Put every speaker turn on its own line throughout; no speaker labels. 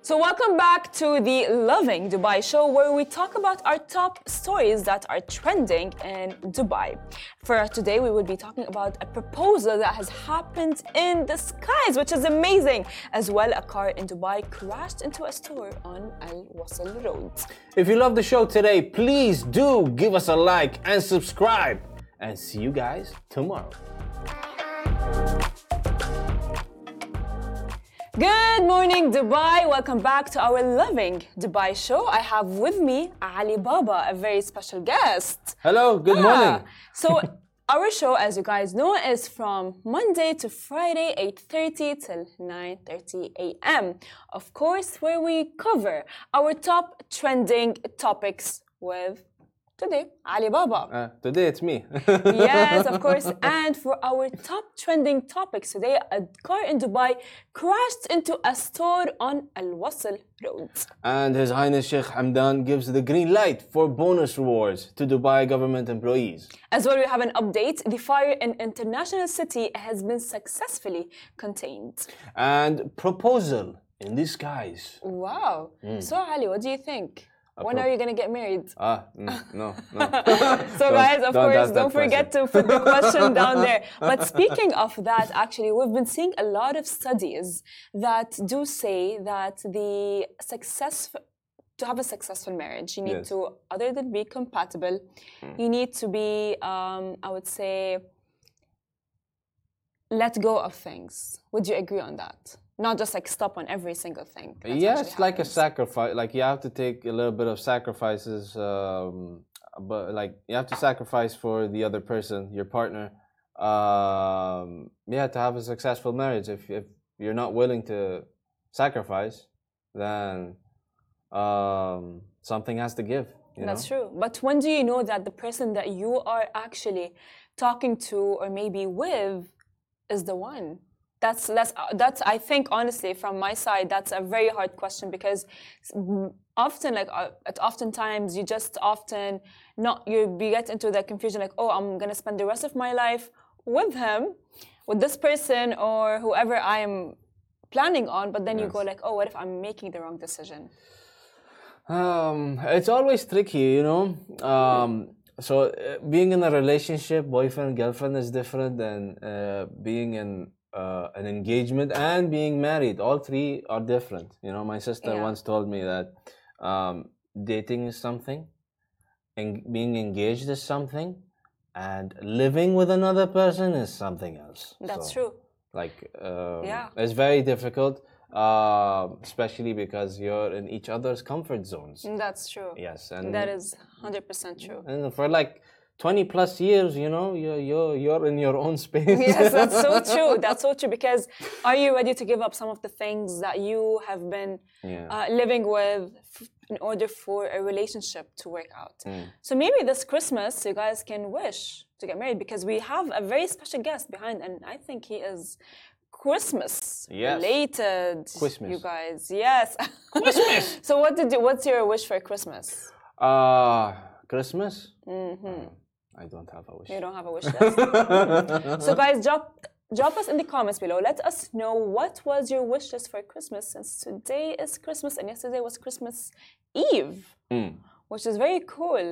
So, welcome back to the Loving Dubai show where we talk about our top stories that are trending in Dubai. For today, we will be talking about a proposal that has happened in the skies, which is amazing. As well, a car in Dubai crashed into a store on Al Wasl Road.
If you love the show today, please do give us a like and subscribe. And see you guys tomorrow.
Good morning, Dubai. Welcome back to our Loving Dubai show. I have with me Ali Baba, a very special guest.
Hello, good
Yeah.
morning.
Ah, So our show, as you guys know, is from Monday to Friday, 8:30 till 9:30 a.m. Of course, where we cover our top trending topics with today Alibaba.
Uh, today it's me.
Yes, of course. And for our top trending topics today, a car in Dubai crashed into a store on Al Wasl Road.
and His Highness Sheikh Hamdan gives the green light for bonus rewards to Dubai government employees.
As well, we have an update. The fire in international city has been successfully contained.
And proposal in the skies.
Wow.
Mm.
So, Ali, what do you think? When
pro-
are you going to get married?
Ah, mm, no, no.
So, guys, of
don't
course,
ask that
don't forget to put the question down there. But speaking of that, actually, we've been seeing a lot of studies that do say that the successful. To have a successful marriage, you need
Yes. Mm.
to, other than be compatible, you need to be, um, I would say, let go of things. Would you agree on that? Not just like stop on every single thing. that's
yeah,
actually
it's like a
happens.
sacrifice. Like you have to take a little bit of sacrifices, um, but like you have to sacrifice for the other person, your partner. Um, yeah, to have a successful marriage. If if you're not willing to sacrifice, then um, something has to give. You know?
That's true. But when do you know that the person that you are actually talking to or maybe with is the one? That's that's that's I think honestly from my side that's a very hard question because s- often like uh, at oftentimes you just often not you you get into that confusion like oh I'm gonna spend the rest of my life with him with this person or whoever I am planning on but then you go like oh what if I'm making the wrong decision
Um, it's always tricky, you know. Um, so uh, being in a relationship, boyfriend girlfriend is different than uh, being in uh, an engagement and being married. All three are different. You know, my sister
Yeah.
once told me that um, dating is something, and being engaged is something, and living with another person is something else.
that's
So-
true
like um,
Yeah.
it's very difficult uh, especially because you're in each other's comfort zones
that's true
yes and
That is 100% true.
and for like 20 plus years you know you're you're, you're in your own space
Yes, that's so true. That's so true because are you ready to give up some of the things that you have been
Yeah.
uh, living with f- in order for a relationship to work out? So maybe this Christmas you guys can wish to get married because we have a very special guest behind, and I think he is Christmas
Yes.
related.
Christmas.
You guys, yes. Christmas. so what did you? What's your wish for Christmas?
uh christmas
Mm-hmm.
Uh, i don't have a wish
You don't have a wish list. so, guys, drop drop us in the comments below. Let us know what was your wish list for Christmas, since today is Christmas and yesterday was Christmas Eve,
Hmm.
which is very cool.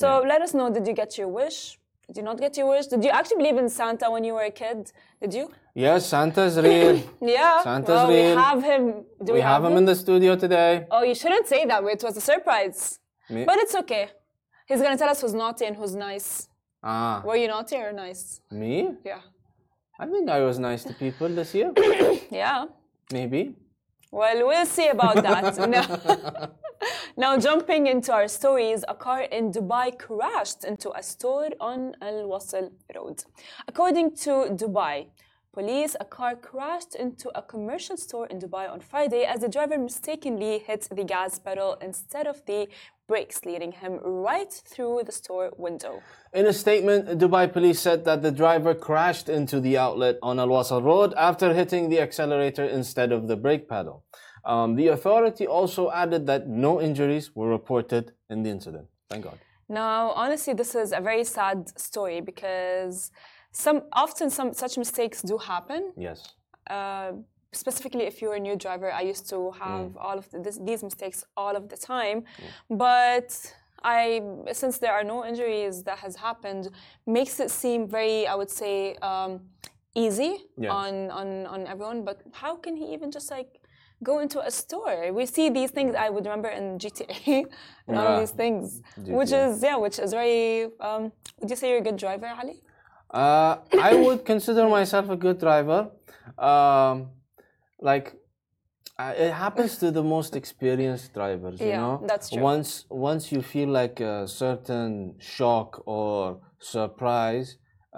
So, let us know. Did you get your wish? Did you not get your wish? Did you actually believe in Santa when you were a kid? Did you?
yes santa's real
Yeah.
Santa's
well,
real.
We have him. Do we,
we have him in the studio today
Oh, you shouldn't say that. It was a surprise.
Me-
But it's okay. He's gonna tell us who's naughty and who's nice.
ah
Were you naughty or nice?
me
Yeah.
i think i was nice to people this year
Yeah.
maybe
Well, we'll see about that. now, now, jumping into our stories, a car in Dubai crashed into a store on Al Wasl Road. According to Dubai police, a car crashed into a commercial store in Dubai on Friday as the driver mistakenly hit the gas pedal instead of the brakes, leading him right through the store window.
In a statement, Dubai police said that the driver crashed into the outlet on Al Wasl Road after hitting the accelerator instead of the brake pedal. Um, the authority also added that no injuries were reported in the incident. Thank God.
Now, honestly, this is a very sad story because some often some such mistakes do happen.
Yes.
uh, specifically if you're a new driver i used to have all of the, this, these mistakes all of the time but i since there are no injuries that has happened makes it seem very i would say um, easy
Yeah.
on, on on everyone but how can he even just like go into a store we see these things i would remember in gta and all
Ah,
these things which
GTA.
is yeah which is very um, would you say you're a good driver ali
Uh, I would consider myself a good driver. Um, like, I, it happens to the most experienced drivers. you
Yeah,
know,
that's true.
Once once you feel like a certain shock or surprise,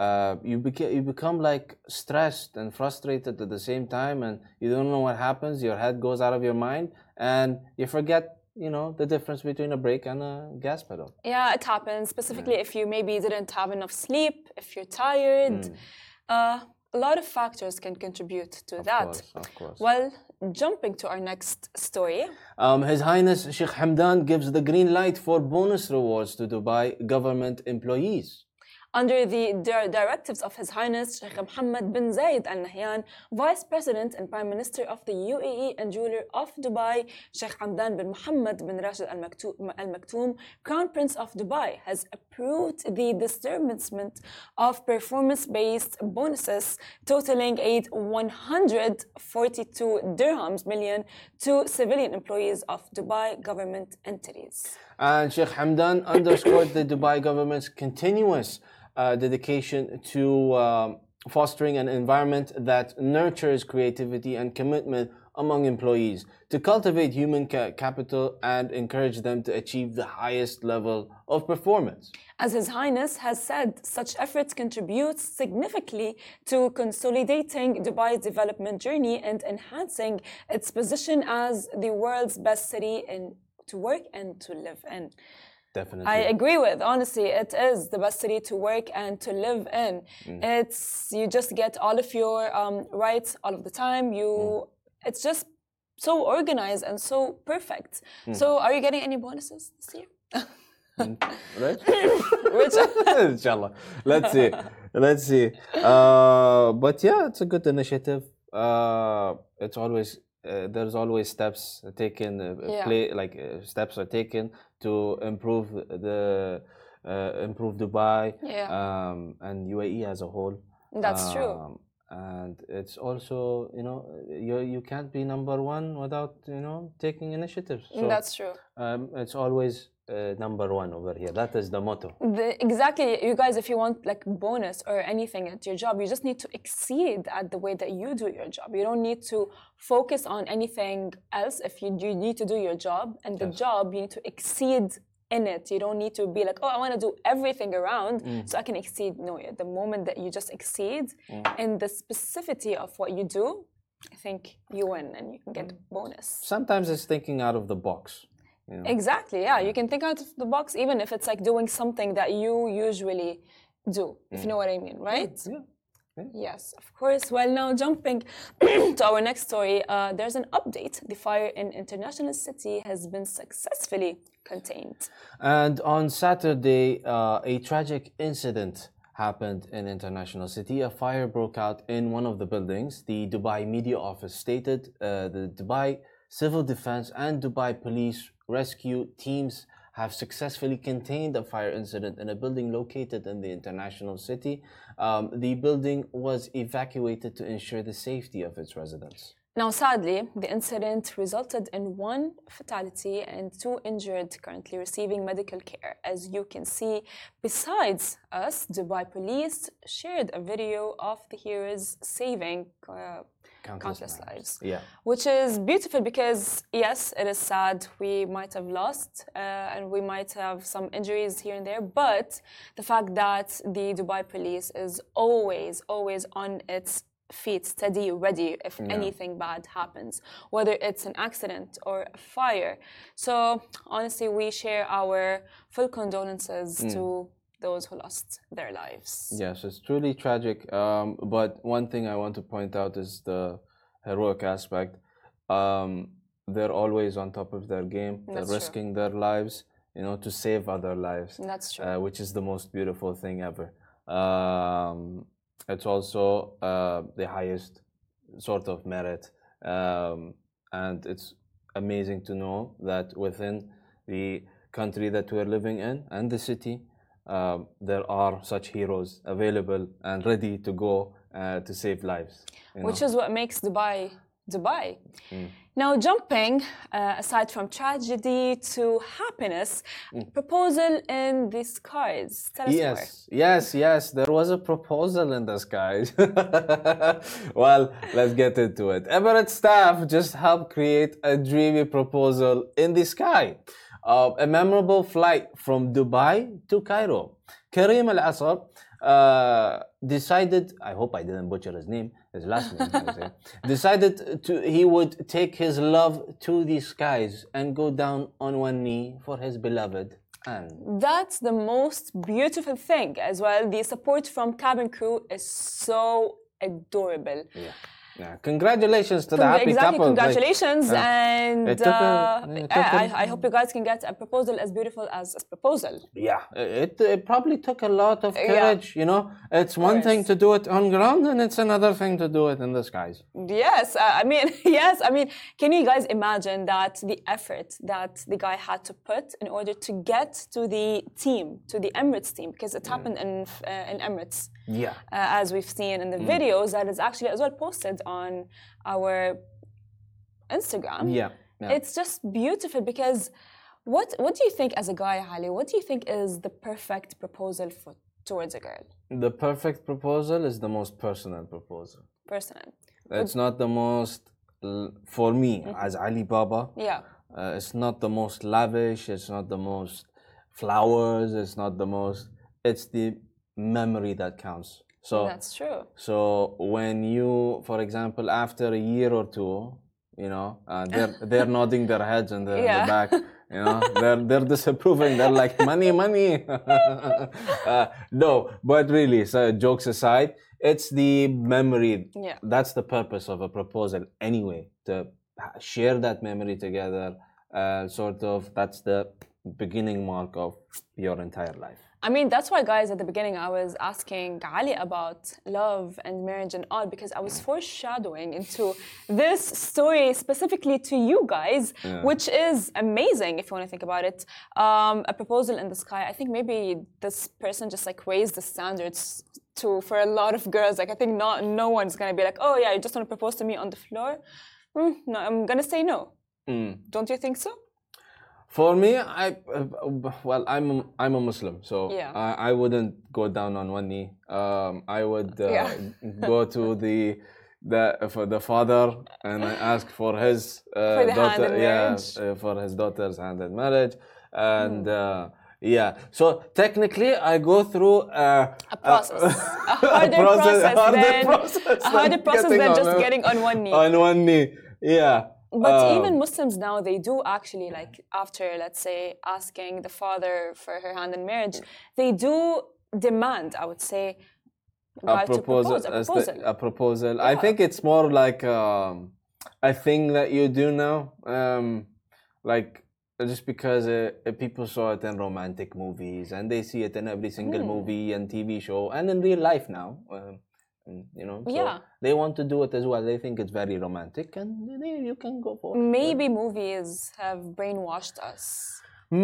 uh, you beca- you become like stressed and frustrated at the same time, and you don't know what happens. Your head goes out of your mind, and you forget. You know the difference between a brake and a gas pedal.
Yeah, it happens. Specifically, if you maybe didn't have enough sleep, if you're tired,
Mm.
uh, a lot of factors can contribute to that.
Of course, of course.
Well, jumping to our next story.
Um, His Highness Sheikh Hamdan gives the green light for bonus rewards to Dubai government employees.
Under the dir- directives of His Highness Sheikh Mohammed bin Zayed Al Nahyan, Vice President and Prime Minister of the UAE and ruler of Dubai, Sheikh Hamdan bin Mohammed bin Rashid Al Maktou- Al Maktoum, Crown Prince of Dubai, has approved the disbursement of performance-based bonuses totaling 142 dirhams million to civilian employees of Dubai government entities.
And Sheikh Hamdan underscored the Dubai government's continuous uh, dedication to um, fostering an environment that nurtures creativity and commitment among employees to cultivate human ca- capital and encourage them to achieve the highest level of performance.
As His Highness has said, such efforts contribute significantly to consolidating Dubai's development journey and enhancing its position as the world's best city in, to work and to live in.
Definitely.
I agree with honestly, it is the best city to work and to live in.
Mm.
It's you just get all of your um, rights all of the time. You,
Mm.
it's just so organized and so perfect.
Mm.
So, are you getting any bonuses this year?
right?
Richard?
inshallah let's see let's see uh, but yeah it's a good initiative uh, it's always uh, there's always steps taken uh,
Yeah.
play like uh, steps are taken to improve the uh, improve dubai
Yeah.
um, and uae as a whole
That's true.
Um, and it's also you know you you can't be number one without you know taking initiatives so
That's true.
um, it's always uh, number one over here that is the motto
The, exactly, you guys. If you want like bonus or anything at your job, you just need to exceed at the way that you do your job. You don't need to focus on anything else. If you you need to do your job, and the job you need to exceed in it. You don't need to be like, oh, I want to do everything around so I can exceed. No, the moment that you just exceed in the specificity of what you do, I think you win and you can get bonus.
sometimes it's thinking out of the box. You know?
Exactly. Yeah, you can think out of the box, even if it's like doing something that you usually do, if you know what I mean, right? Yes, of course. Well, now jumping to our next story, uh, there's an update. The fire in International City has been successfully contained.
And on Saturday, uh, a tragic incident happened in International City. A fire broke out in one of the buildings. The Dubai media office stated uh, the Dubai Civil Defense and Dubai Police Rescue teams have successfully contained a fire incident in a building located in the international city. Um, the building was evacuated to ensure the safety of its residents.
Now, sadly, the incident resulted in one fatality and two injured currently receiving medical care. As you can see, besides us, Dubai police shared a video of the heroes saving uh,
Countless,
countless
lives.
lives.
Yeah.
Which is beautiful because, yes, it is sad. We might have lost uh, and we might have some injuries here and there. But the fact that the Dubai police is always, always on its feet, steady, ready if anything bad happens, whether it's an accident or a fire. So, honestly, we share our full condolences to those who lost their lives.
Yes, it's truly tragic. Um, but one thing I want to point out is the heroic aspect. Um, they're always on top of their game.
That's
they're
true.
risking their lives, you know, to save other lives,
That's true.
uh, which is the most beautiful thing ever. Um, it's also uh, the highest sort of merit Um, and it's amazing to know that within the country that we're living in and the city, um, there are such heroes available and ready to go uh, to save lives. you
which
know. Hmm.
is what makes Dubai Dubai. Now, jumping uh, aside from tragedy to happiness, proposal in the skies. Tell us more.
Hmm. Yes, yes, yes. There was a proposal in the skies. well, let's get into it. Emirates staff just helped create a dreamy proposal in the sky. Uh, a memorable flight from Dubai to Cairo. Karim Al Asar uh, decided, I hope I didn't butcher his name, his last name, I say, decided to, he would take his love to the skies and go down on one knee for his beloved Anne.
That's the most beautiful thing as well. The support from cabin crew is so adorable.
Yeah. Yeah. Congratulations to the happy
exactly,
couple. like,
congratulations.
uh,
and
it took a-
uh,
it
I
took a-
I- I hope you guys can get a proposal as beautiful as this proposal.
yeah, it, it probably took a lot of
Yeah.
courage, you know. It's one thing
course.
to do it on ground and it's another thing to do it in the skies.
Yes, uh, I mean, yes, I mean, can you guys imagine that the effort that the guy had to put in order to get to the team, to the Emirates team, because
Mm.
it happened in uh, in Emirates, uh,
Yeah.
as we've seen in the
Mm.
videos that is actually as well posted on our Instagram.
Yeah. yeah.
It's just beautiful because what what do you think as a guy, Ali? What do you think is the perfect proposal for towards a girl,
the perfect proposal is the most personal proposal.
personally?
It's not the most, l- for me,
Mm-hmm.
as Ali Baba,
Yeah.
uh, it's not the most lavish, it's not the most flowers, it's not the most, it's the memory that counts. So
That's true.
So when you, for example, after a year or two, you know, uh, they're they're nodding their heads in the, in
Yeah.
the back. You know, they're they're disapproving. They're like money, money. uh, no, but really, so jokes aside, it's the memory.
Yeah.
That's the purpose of a proposal, anyway, to ha- share that memory together. Uh, sort of, that's the beginning mark of your entire life.
I mean, that's why, guys, at the beginning I was asking Ali about love and marriage and all because I was foreshadowing into this story specifically to you guys, which is amazing if you want to think about it. Um, a proposal in the sky. I think maybe this person just like raised the standards to for a lot of girls. Like, I think not no one's gonna be like, oh yeah, you just want to propose to me on the floor. Mm, no, I'm gonna say no. Don't you think so?
For me, I uh, well, I'm a, I'm a Muslim, so
Yeah.
I, I wouldn't go down on one knee. Um, I would uh,
Yeah.
go to the the for the father and I ask for his uh,
For the hand
daughter,
in
yeah,
marriage. Hmm.
uh, for his daughter's hand in marriage, and uh, yeah. So technically, I go through uh,
A process, a harder
process-
process,
harder
than,
process
a harder
than
process
getting
than
on
just
a-
getting on one knee.
on one knee. Yeah,
But
Um,
even Muslims now, they do actually like after, let's say, asking the father for her hand in marriage, they do demand, I would say,
a
God to
proposal,
propose, a
as the- uh,
proposal.
a proposal. I think it's more like um, a thing that you do now, um, like just because uh, uh, people saw it in romantic movies and they see it in every single
Hmm.
movie and TV show and in real life now. Um, mm, you know, so
Yeah.
they want to do it as well. They think it's very romantic, and they, you can go for it.
Maybe movies have brainwashed us.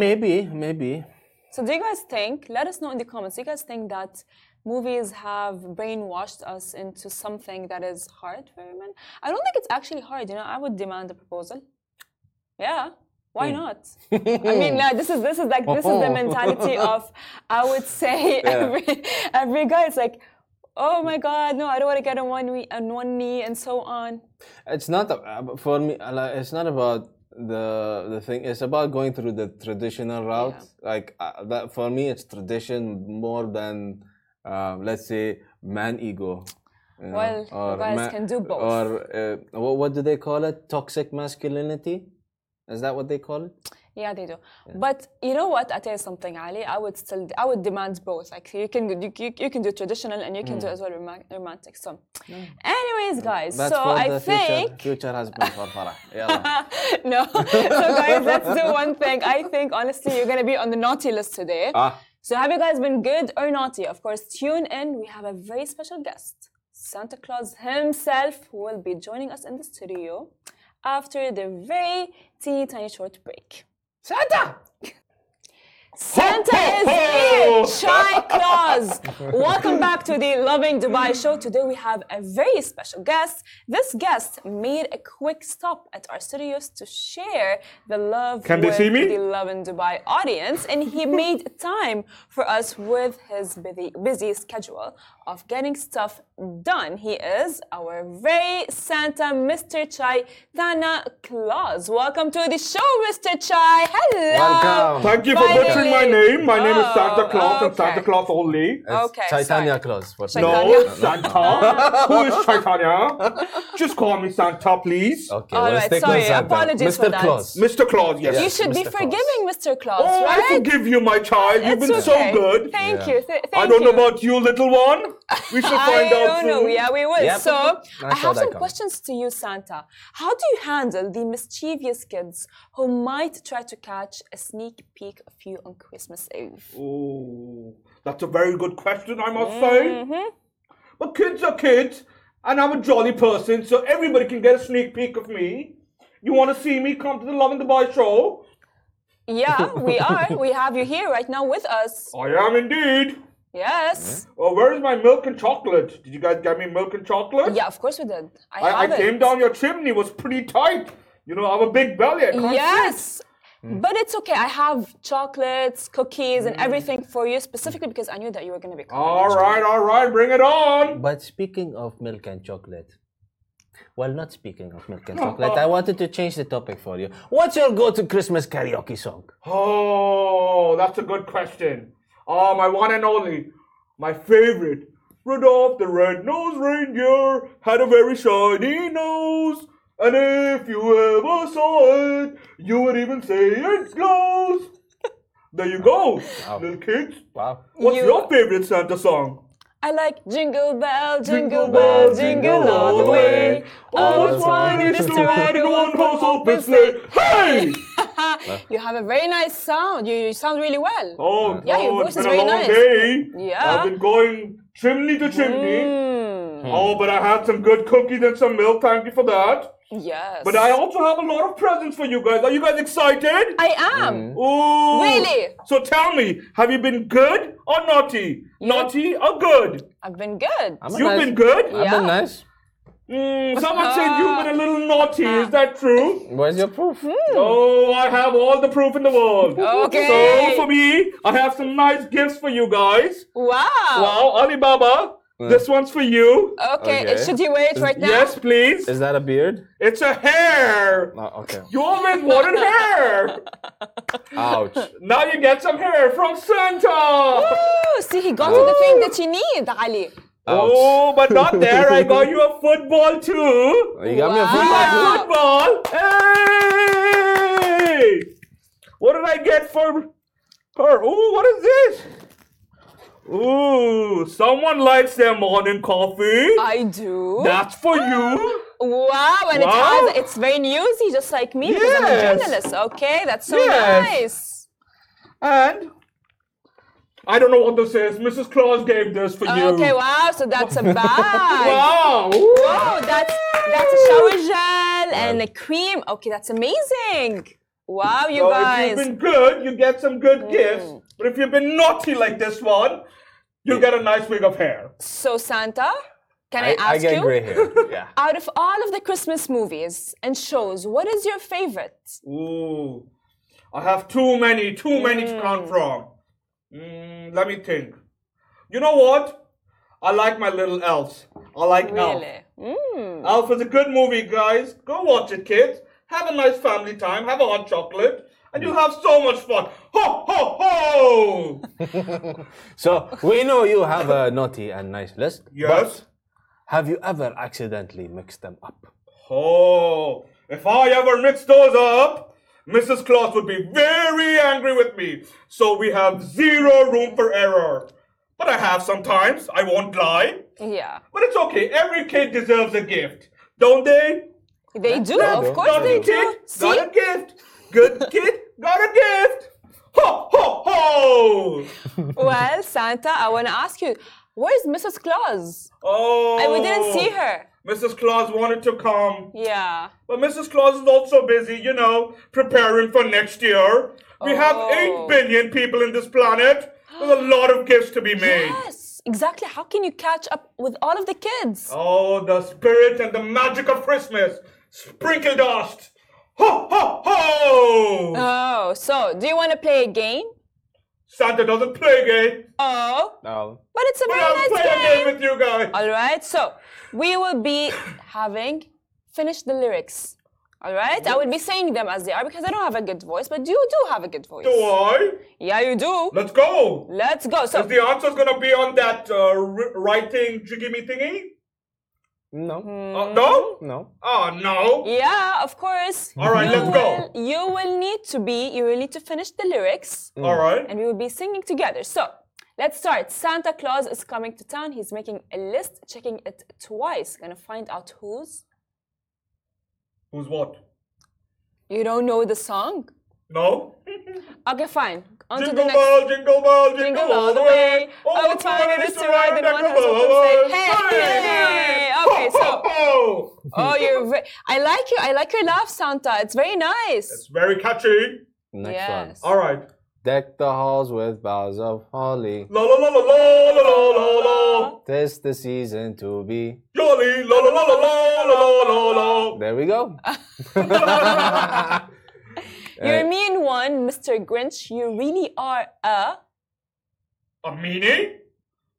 Maybe, maybe.
So do you guys think? Let us know in the comments. Do you guys think that movies have brainwashed us into something that is hard for women? I don't think it's actually hard. You know, I would demand a proposal. Yeah. Why not? I mean, no, this is this is like this is the mentality of I would say every every guy. It's like, oh my god, no, I don't want to get on one knee, on one knee, and so on.
It's not uh, for me. uh, Like, it's not about the the thing. It's about going through the traditional route. Like uh, that for me, it's tradition more than uh, let's say man ego. you know,
Well, you guys
ma-
can do both.
Or uh, what, what do they call it? Toxic masculinity. Is that what they call it?
Yeah, they do. But you know what? I tell you something, Ali. I would still, I would demand both. Like you can, you, you, you can do traditional and you can do
Mm.
as well roma- romantic. So, anyways, guys.
That's
so
for
I
the
think
future, future husband for Farah. Yeah.
no. So guys, that's the one thing. I think honestly, you're gonna be on the naughty list today.
ah,
So have you guys been good or naughty? Of course, tune in. We have a very special guest. Santa Claus himself will be joining us in the studio after the very teeny tiny short break.
Santa!
Santa is here! Shy Claus! Welcome back to the Loving Dubai show. Today we have a very special guest. This guest made a quick stop at our studios to share the love
Can they
with
see me?
the Love in Dubai audience, and he made time for us with his busy, busy schedule of getting stuff done. He is our very Santa, Mr. Chai Tana Claus. Welcome to the show, Mr. Chai. Hello.
Welcome.
Thank you for butchering my
Finally.
name. My name is Santa
Oh,
Claus and
okay.
Santa Claus only.
Okay,
It's Chaitanya
sorry.
Claus. What-
No,
Tanya.
Santa. Who is Chaitanya? Just call me Santa, please.
Okay,
All
we'll
right,
stick
sorry,
with Santa.
apologies
Mr.
for that.
Claus.
Mr. Claus, yes.
You should be
Mr. Claus.
forgiving Mr. Claus,
oh,
right?
I forgive you, my child. You've been
It's okay.
so good.
Thank
Yeah.
you. Th- thank
I don't know
you.
about you, little one. We shall
I
find out
don't know.
soon.
Yeah, we will.
Yep.
So
I
I
saw
have
that
some
coming.
questions to you, Santa. How do you handle the mischievous kids who might try to catch a sneak peek of you on Christmas Eve?
Oh, that's a very good question, I must say.
Mm-hmm.
But kids are kids, and I'm a jolly person, so everybody can get a sneak peek of me. You want to see me? Come to the Love and Dubai show.
Yeah, we are. We have you here right now with us.
I am indeed.
Yes.
Oh, where is my milk and chocolate? Did you guys get me milk and chocolate?
Yeah, of course we did. I,
I, I
have it.
came down your chimney. was pretty tight. You know, I have a big belly. I can't
Yes.
Mm.
But it's okay. I have chocolates, cookies, and everything for you specifically because I knew that you were going to be coming.
All right, all right, bring it on.
But speaking of milk and chocolate, well, not speaking of milk and chocolate, I wanted to change the topic for you. What's your go-to Christmas karaoke song?
Oh, that's a good question. Oh, my one and only, my favorite. Rudolph the red-nosed reindeer had a very shiny nose. And if you ever saw it, you would even say it glows. There you go, little kids.
Wow.
What's
You-
your favorite Santa song?
I like Jingle Bell, Jingle
Jingle
Bell,
bell,
Jingle
jingle
all the way. All
All
is
is
one
one
is
is
to
to ride in one horse open sleigh. Hey!
You have a very nice sound. You, you sound really well.
Oh,
Yeah, your
God,
voice is
it's been a
very
long
nice.
day.
Yeah. Mm.
I've been going chimney to chimney.
Hmm.
Oh, but I had some good cookies and some milk. Thank you for that.
Yes.
But I also have a lot of presents for you guys. Are you guys excited?
I am.
Hmm. Ooh.
Really?
So tell me, have you been good or naughty? Naughty or good?
I've been good.
I'm a
You've
nice-
been good?
I've been
Yeah.
nice.
Mm, someone said you've been a little naughty.
Ah.
Is that true?
Where's your proof?
Oh, I have all the proof in the world.
Okay.
So for me, I have some nice gifts for you guys.
Oh.
Wow.
Wow, Alibaba, this onene's for you.
Okay.
Okay.
Should you wait right now?
Yes, please.
Is that a beard?
It's a hair.
No, okay.
You always wanted hair.
Ouch.
Now you get some hair from Santa.
Oh, see, he got to the thing that you need, Ali.
Ouch.
Oh, but not there. I got you a football too.
You got me a
Wow.
football.
My
Wow.
football. Hey! What did I get for her? Ooh, what is this? Ooh, someone likes their morning coffee.
I do.
That's for you.
Wow, and it
Wow.
has, it's very newsy, just like me, because I'm a
Yes.
journalist. Okay, that's so
Yes.
nice.
And I don't know what this is. Mrs. Claus gave this for you.
Okay, wow, so that's a bag.
Wow.
Wow, that's that's a shower gel and a cream. Okay, that's amazing. Wow, you
So if
guys. Mm.
you've been good, you get some good gifts. But if you've been naughty like this one, you get a nice wig of hair.
So Santa, can I,
I,
ask
I get
you?
gray hair. Yeah.
Out of all of the Christmas movies and shows, what is your favorite?
Ooh. I have too many, too many to count from. Mm, let me think. You know what? I like my little elves. I like elves.
Really? Mm.
Alf is a good movie, guys. Go watch it, kids. Have a nice family time. Have a hot chocolate, and you'll have so much fun. Ho ho ho!
So we know you have a naughty and nice list.
yes.
Have you ever accidentally mixed them up?
Oh, if I ever mix those up, Mrs. Claus would be very angry with me. So we have zero room for error. But I have sometimes. I won't lie.
Yeah,
But it's okay. Every kid deserves a gift, don't they?
they do. Of course
Got
they
a
do.
gift,
See,
got a gift. Good kid, got a gift. Ho, ho, ho.
well, Santa, I want to ask you, Where's Mrs. Claus?
Oh,
And we didn't see her.
Mrs. Claus wanted to come,
Yeah.
but Mrs. Claus is also busy, you know, preparing for next year. We
Oh.
have 8 billion people in this planet. There's a lot of gifts to be made.
Yes, exactly. How can you catch up with all of the kids?
Oh, the spirit and the magic of Christmas. Sprinkle dust. Ho, ho, ho!
Oh, so do you want to play a game?
Santa doesn't play game.
Oh,
No.
but it's a
But
very
I'll play
nice
a
game.
game with you guys.
All right, so we will be having finish the lyrics. All right, I will be saying them as they are because I don't have a good voice, but you do have a good voice.
Do I?
Yeah, you do.
Let's go.
Let's go. So
The answer's gonna be on that uh, r- writing jiggy me thingy.
No.
Uh,
Mm-hmm.
no?
No.
Oh no.
yeah, of course.
All right,
you
let's go.
will- You will need to be. You will need to finish the lyrics,
All right.
and we will be singing together. So. Let's start. Santa Claus is coming to town. He's making a list, checking it twice. Gonna find out who's.
Who's what?
You don't know the song?
No.
Okay, fine. On to the
Jingle
next.
bell, jingle bell, jingle,
Jingle all the way. Oh, it's fine. It is to ride in one house open sleigh. Hey, hey. Okay, so.
so
Oh, you're. Ve- I like you. I like your laugh, Santa. It's very
it's
nice.
very catchy.
Next
Yes.
one.
All right.
Deck the halls with boughs of holly.
La la la la la la la la la.
This the season to be.
Jolly la la la la la la la la la.
There we go.
Oh. You're a mean one, Mr. Grinch. You really are a.
A meanie?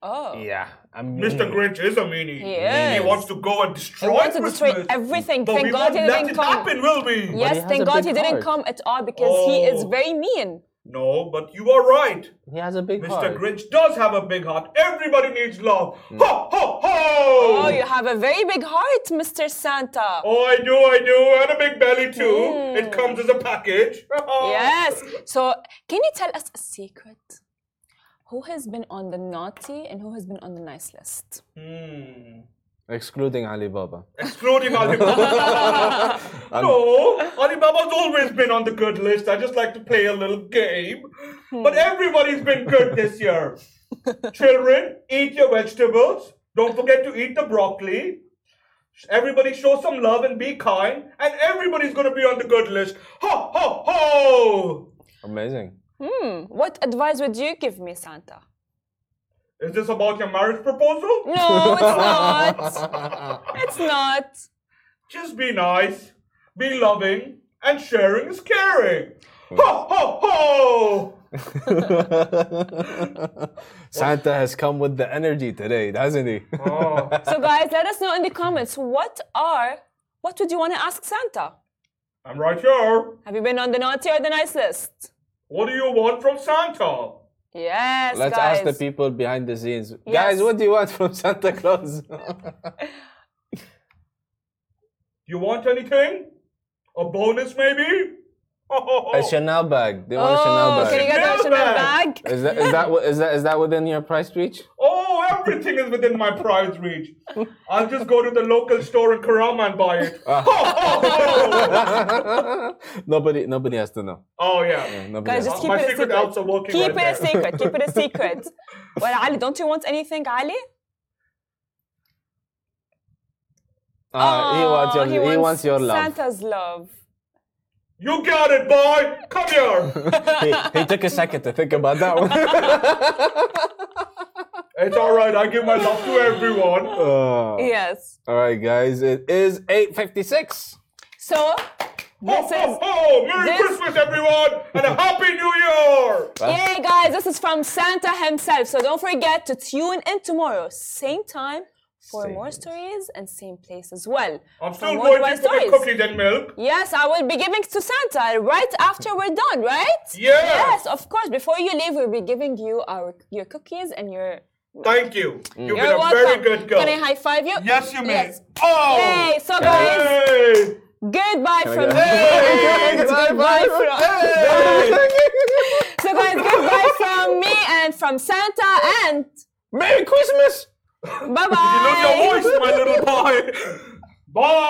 Oh.
yeah. I mean,
Mr. Grinch is a meanie.
He is.
He wants to go and
He
destroy
wants to
Christmas.
destroy everything.
But we
Thank God
won't
he
let
didn't
it
come.
happen, will we?
Yes,
has
thank
a
God he
big
didn't
heart.
come at all because he is
Oh.
very mean.
No, but you are right.
He has a big
Mr.
heart.
Grinch does have a big heart. Everybody needs love. Ho, ho, ho!
Oh, you have a very big heart, Mr. Santa.
Oh, I do, I do, and a big belly too. It comes as a package.
Yes. So, can you tell us a secret? Who has been on the naughty and who has been on the nice list?
Hmm.
Excluding Alibaba.
Excluding Alibaba. no, Alibaba's always been on the good list. I just like to play a little game. But everybody's been good this year. Children, eat your vegetables. Don't forget to eat the broccoli. Everybody show some love and be kind. And everybody's going to be on the good list. Ho, ho, ho!
Amazing.
Hmm. What advice would you give me, Santa?
Is this about your marriage proposal?
No, it's not. It's not.
Just be nice, be loving, and sharing is caring. Ho, ho, ho!
Santa has come with the energy today, doesn't he?
Oh.
So, guys, let us know in the comments what are what would you want to ask Santa?
I'm right here.
Have you been on the naughty or the nice list?
What do you want from Santa?
Yes,
Let's
guys.
ask the people behind the scenes.
Yes.
Guys, what do you want from Santa Claus?
You want anything? A bonus, maybe?
a Chanel bag. They want a Chanel
Oh,
bag.
can you get that
Chanel
Chanel
bag.
bag?
Is that is that what- is that is that within your price reach?
oh, everything is within my price reach. I'll just go to the local store in Karama and buy it.
nobody nobody has to know.
oh, yeah.
Nobody
Guys,
has
just
to
keep
My
it a
secret
secret.
outs are working
keep
right
it a
there.
secret. Keep it a secret. well, Ali, don't you want anything, Ali?
know. Ah, he wants your
Aw,
he, wants your love.
Oh, Santa's love.
You got it, boy. Come here.
he, he took a second to think about that one.
it's all right. I give my love to everyone.
Uh,
Yes.
all right, guys, it is 8:56.
So this is
ho, ho, ho. Merry
this-
Christmas, everyone, and a Happy New Year.
Yay guys, this is from Santa himself. So don't forget to tune in tomorrow, same time for
Same
more
place.
stories and same place as well.
I'm
For
still
more
waiting
Dubai
for my cookies and milk.
Yes, I will be giving to Santa right after we're done, right?
Yeah.
Yes, of course. Before you leave, we'll be giving you our your cookies and your
Thank you. You've
You're
been a
welcome.
very good girl.
Can I high five you?
Yes, you may.
Yes.
Oh!
Yay! So guys,
Hey!
goodbye
I
from
go?
me. It's
Goodbye,
goodbye from.
Hey!
So guys, goodbye from me and from Santa and
Merry Christmas.
bye bye.
You lose your voice, my little boy. Bye.